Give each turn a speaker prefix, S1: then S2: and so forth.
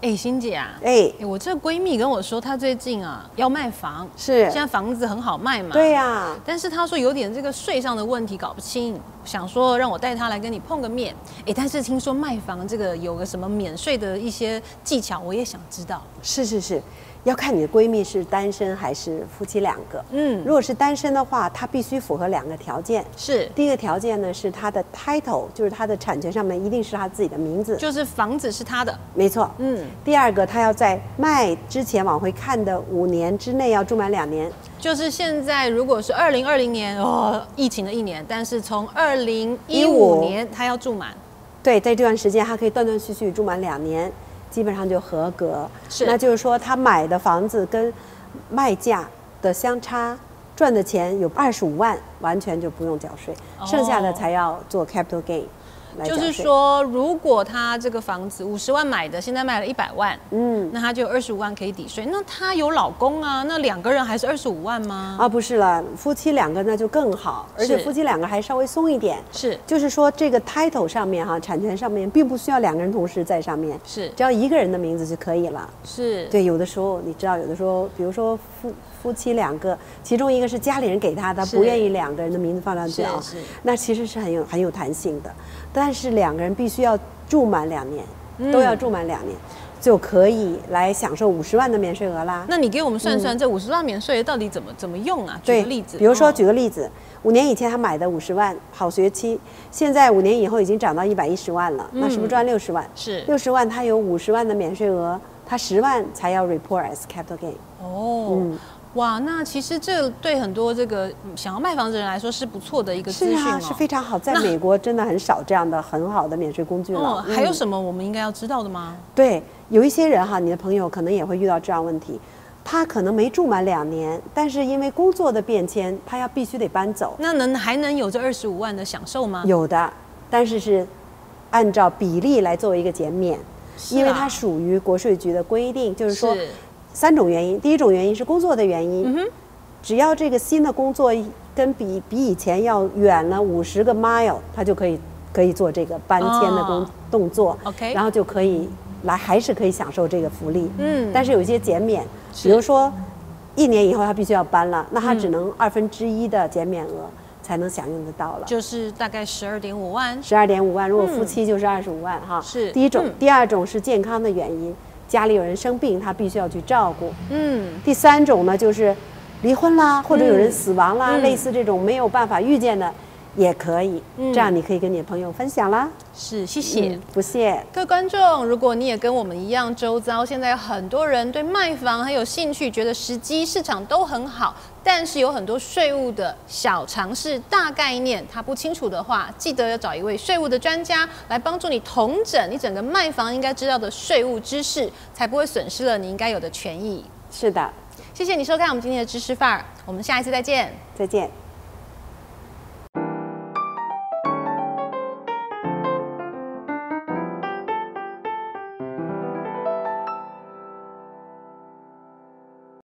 S1: 哎、欣姐啊，哎、
S2: 哎，
S1: 我这闺蜜跟我说，她最近啊要卖房，
S2: 是
S1: 现，在房子很好卖嘛。
S2: 对呀、
S1: 但是她说有点这个税上的问题搞不清，想说让我带她来跟你碰个面。哎、但是听说卖房这个有个什么免税的一些技巧，我也想知道。
S2: 是是是，要看你的闺蜜是单身还是夫妻两个。
S1: 嗯
S2: 如果是单身的话，她必须符合两个条件。
S1: 是，
S2: 第一个条件呢是她的 title，就是她的产权上面一定是她自己的名字，
S1: 就是房子是她的，
S2: 没错。
S1: 嗯，
S2: 第二个，她要在卖之前往回看的五年之内要住满两年。
S1: 就是现在如果是二零二零年哦，疫情的一年，但是从二零一五
S2: 15
S1: 年她要住满，
S2: 对，在这段时间还可以断断续续住满两年，基本上就合格。
S1: 是
S2: 那就是说他买的房子跟卖价的相差，赚的钱有二十五万，完全就不用缴税，剩下的
S1: 哦
S2: 才要做 capital gain 来缴
S1: 就
S2: 税。
S1: 是，说如果她这个房子五十万买的，现在卖了一百万，
S2: 嗯，
S1: 那她就有二十五万可以抵税。那她有老公啊，那两个人还是二十五万吗？
S2: 啊，不是了，夫妻两个那就更好，而且
S1: 是
S2: 夫妻两个还稍微松一点。
S1: 是
S2: 就是说，这个 title 上面哈、产权上面并不需要两个人同时在上面，
S1: 是
S2: 只要一个人的名字就可以了。
S1: 是，
S2: 对，有的时候你知道，有的时候，比如说夫夫妻两个，其中一个是家里人给他的，他不
S1: 是
S2: 愿意两个人的名字放上
S1: 是
S2: 去啊
S1: 是，
S2: 那其实是很有很有弹性的。但是两个人必须要住满两年，
S1: 嗯
S2: 都要住满两年，就可以来享受五十万的免税额啦。
S1: 那你给我们算算这五十万免税到底怎么怎么用啊？举
S2: 嗯对，
S1: 个例子，
S2: 比如说
S1: 哦
S2: 举个例子，五年以前他买的五十万好学期，现在五年以后已经涨到一百一十万了，那
S1: 嗯
S2: 是不是赚六十万？
S1: 是
S2: 六十万他有五十万的免税额，他十万才要 report as capital gain。
S1: 哦。
S2: 嗯
S1: 哇，那其实这对很多这个嗯想要卖房子的人来说是不错的一个资
S2: 是
S1: 讯
S2: 啊，
S1: 哦。
S2: 是非常好，在
S1: 那
S2: 美国真的很少这样的很好的免税工具了
S1: 哦。，还有
S2: 嗯
S1: 什么我们应该要知道的吗？
S2: 对，有一些人哈，你的朋友可能也会遇到这样问题，他可能没住满两年，但是因为工作的变迁，他要必须得搬走。
S1: 那能还能有这二十五万的享受吗？
S2: 有的，但是是按照比例来作为一个减免，
S1: 是
S2: 因为
S1: 啊
S2: 它属于国税局的规定，就是说
S1: 是
S2: 三种原因，第一种原因是工作的原
S1: 嗯
S2: 因，只要这个新的工作跟比比以前要远了五十个 mile，它就可以可以做这个搬迁的工、
S1: 哦
S2: 动作
S1: OK
S2: 然后就可以来还是可以享受这个福利，
S1: 嗯
S2: 但是有一些减免，比如说一年以后他必须要搬了，那他
S1: 嗯
S2: 只能二分之一的减免额才能享用得到了。
S1: 就是大概十二点五万。
S2: 十二点五万，如果夫妻就是二十五万哈。
S1: 是
S2: 第一种
S1: 嗯，
S2: 第二种是健康的原因，家里有人生病，他必须要去照顾。
S1: 嗯，
S2: 第三种呢，就是离婚啦，或者有人死亡啦，
S1: 嗯
S2: 类似这种没有办法预见的，也可以。
S1: 嗯
S2: 这样你可以跟你的朋友分享啦。
S1: 是，谢谢。
S2: 嗯不谢。
S1: 各位观众，如果你也跟我们一样，周遭现在有很多人对卖房很有兴趣，觉得时机、市场都很好，但是有很多税务的小常识、大概念，他不清楚的话，记得要找一位税务的专家来帮助你统整你整个卖房应该知道的税务知识，才不会损失了你应该有的权益。
S2: 是的，
S1: 谢谢你收看我们今天的知识范儿，我们下一次再见。
S2: 再见。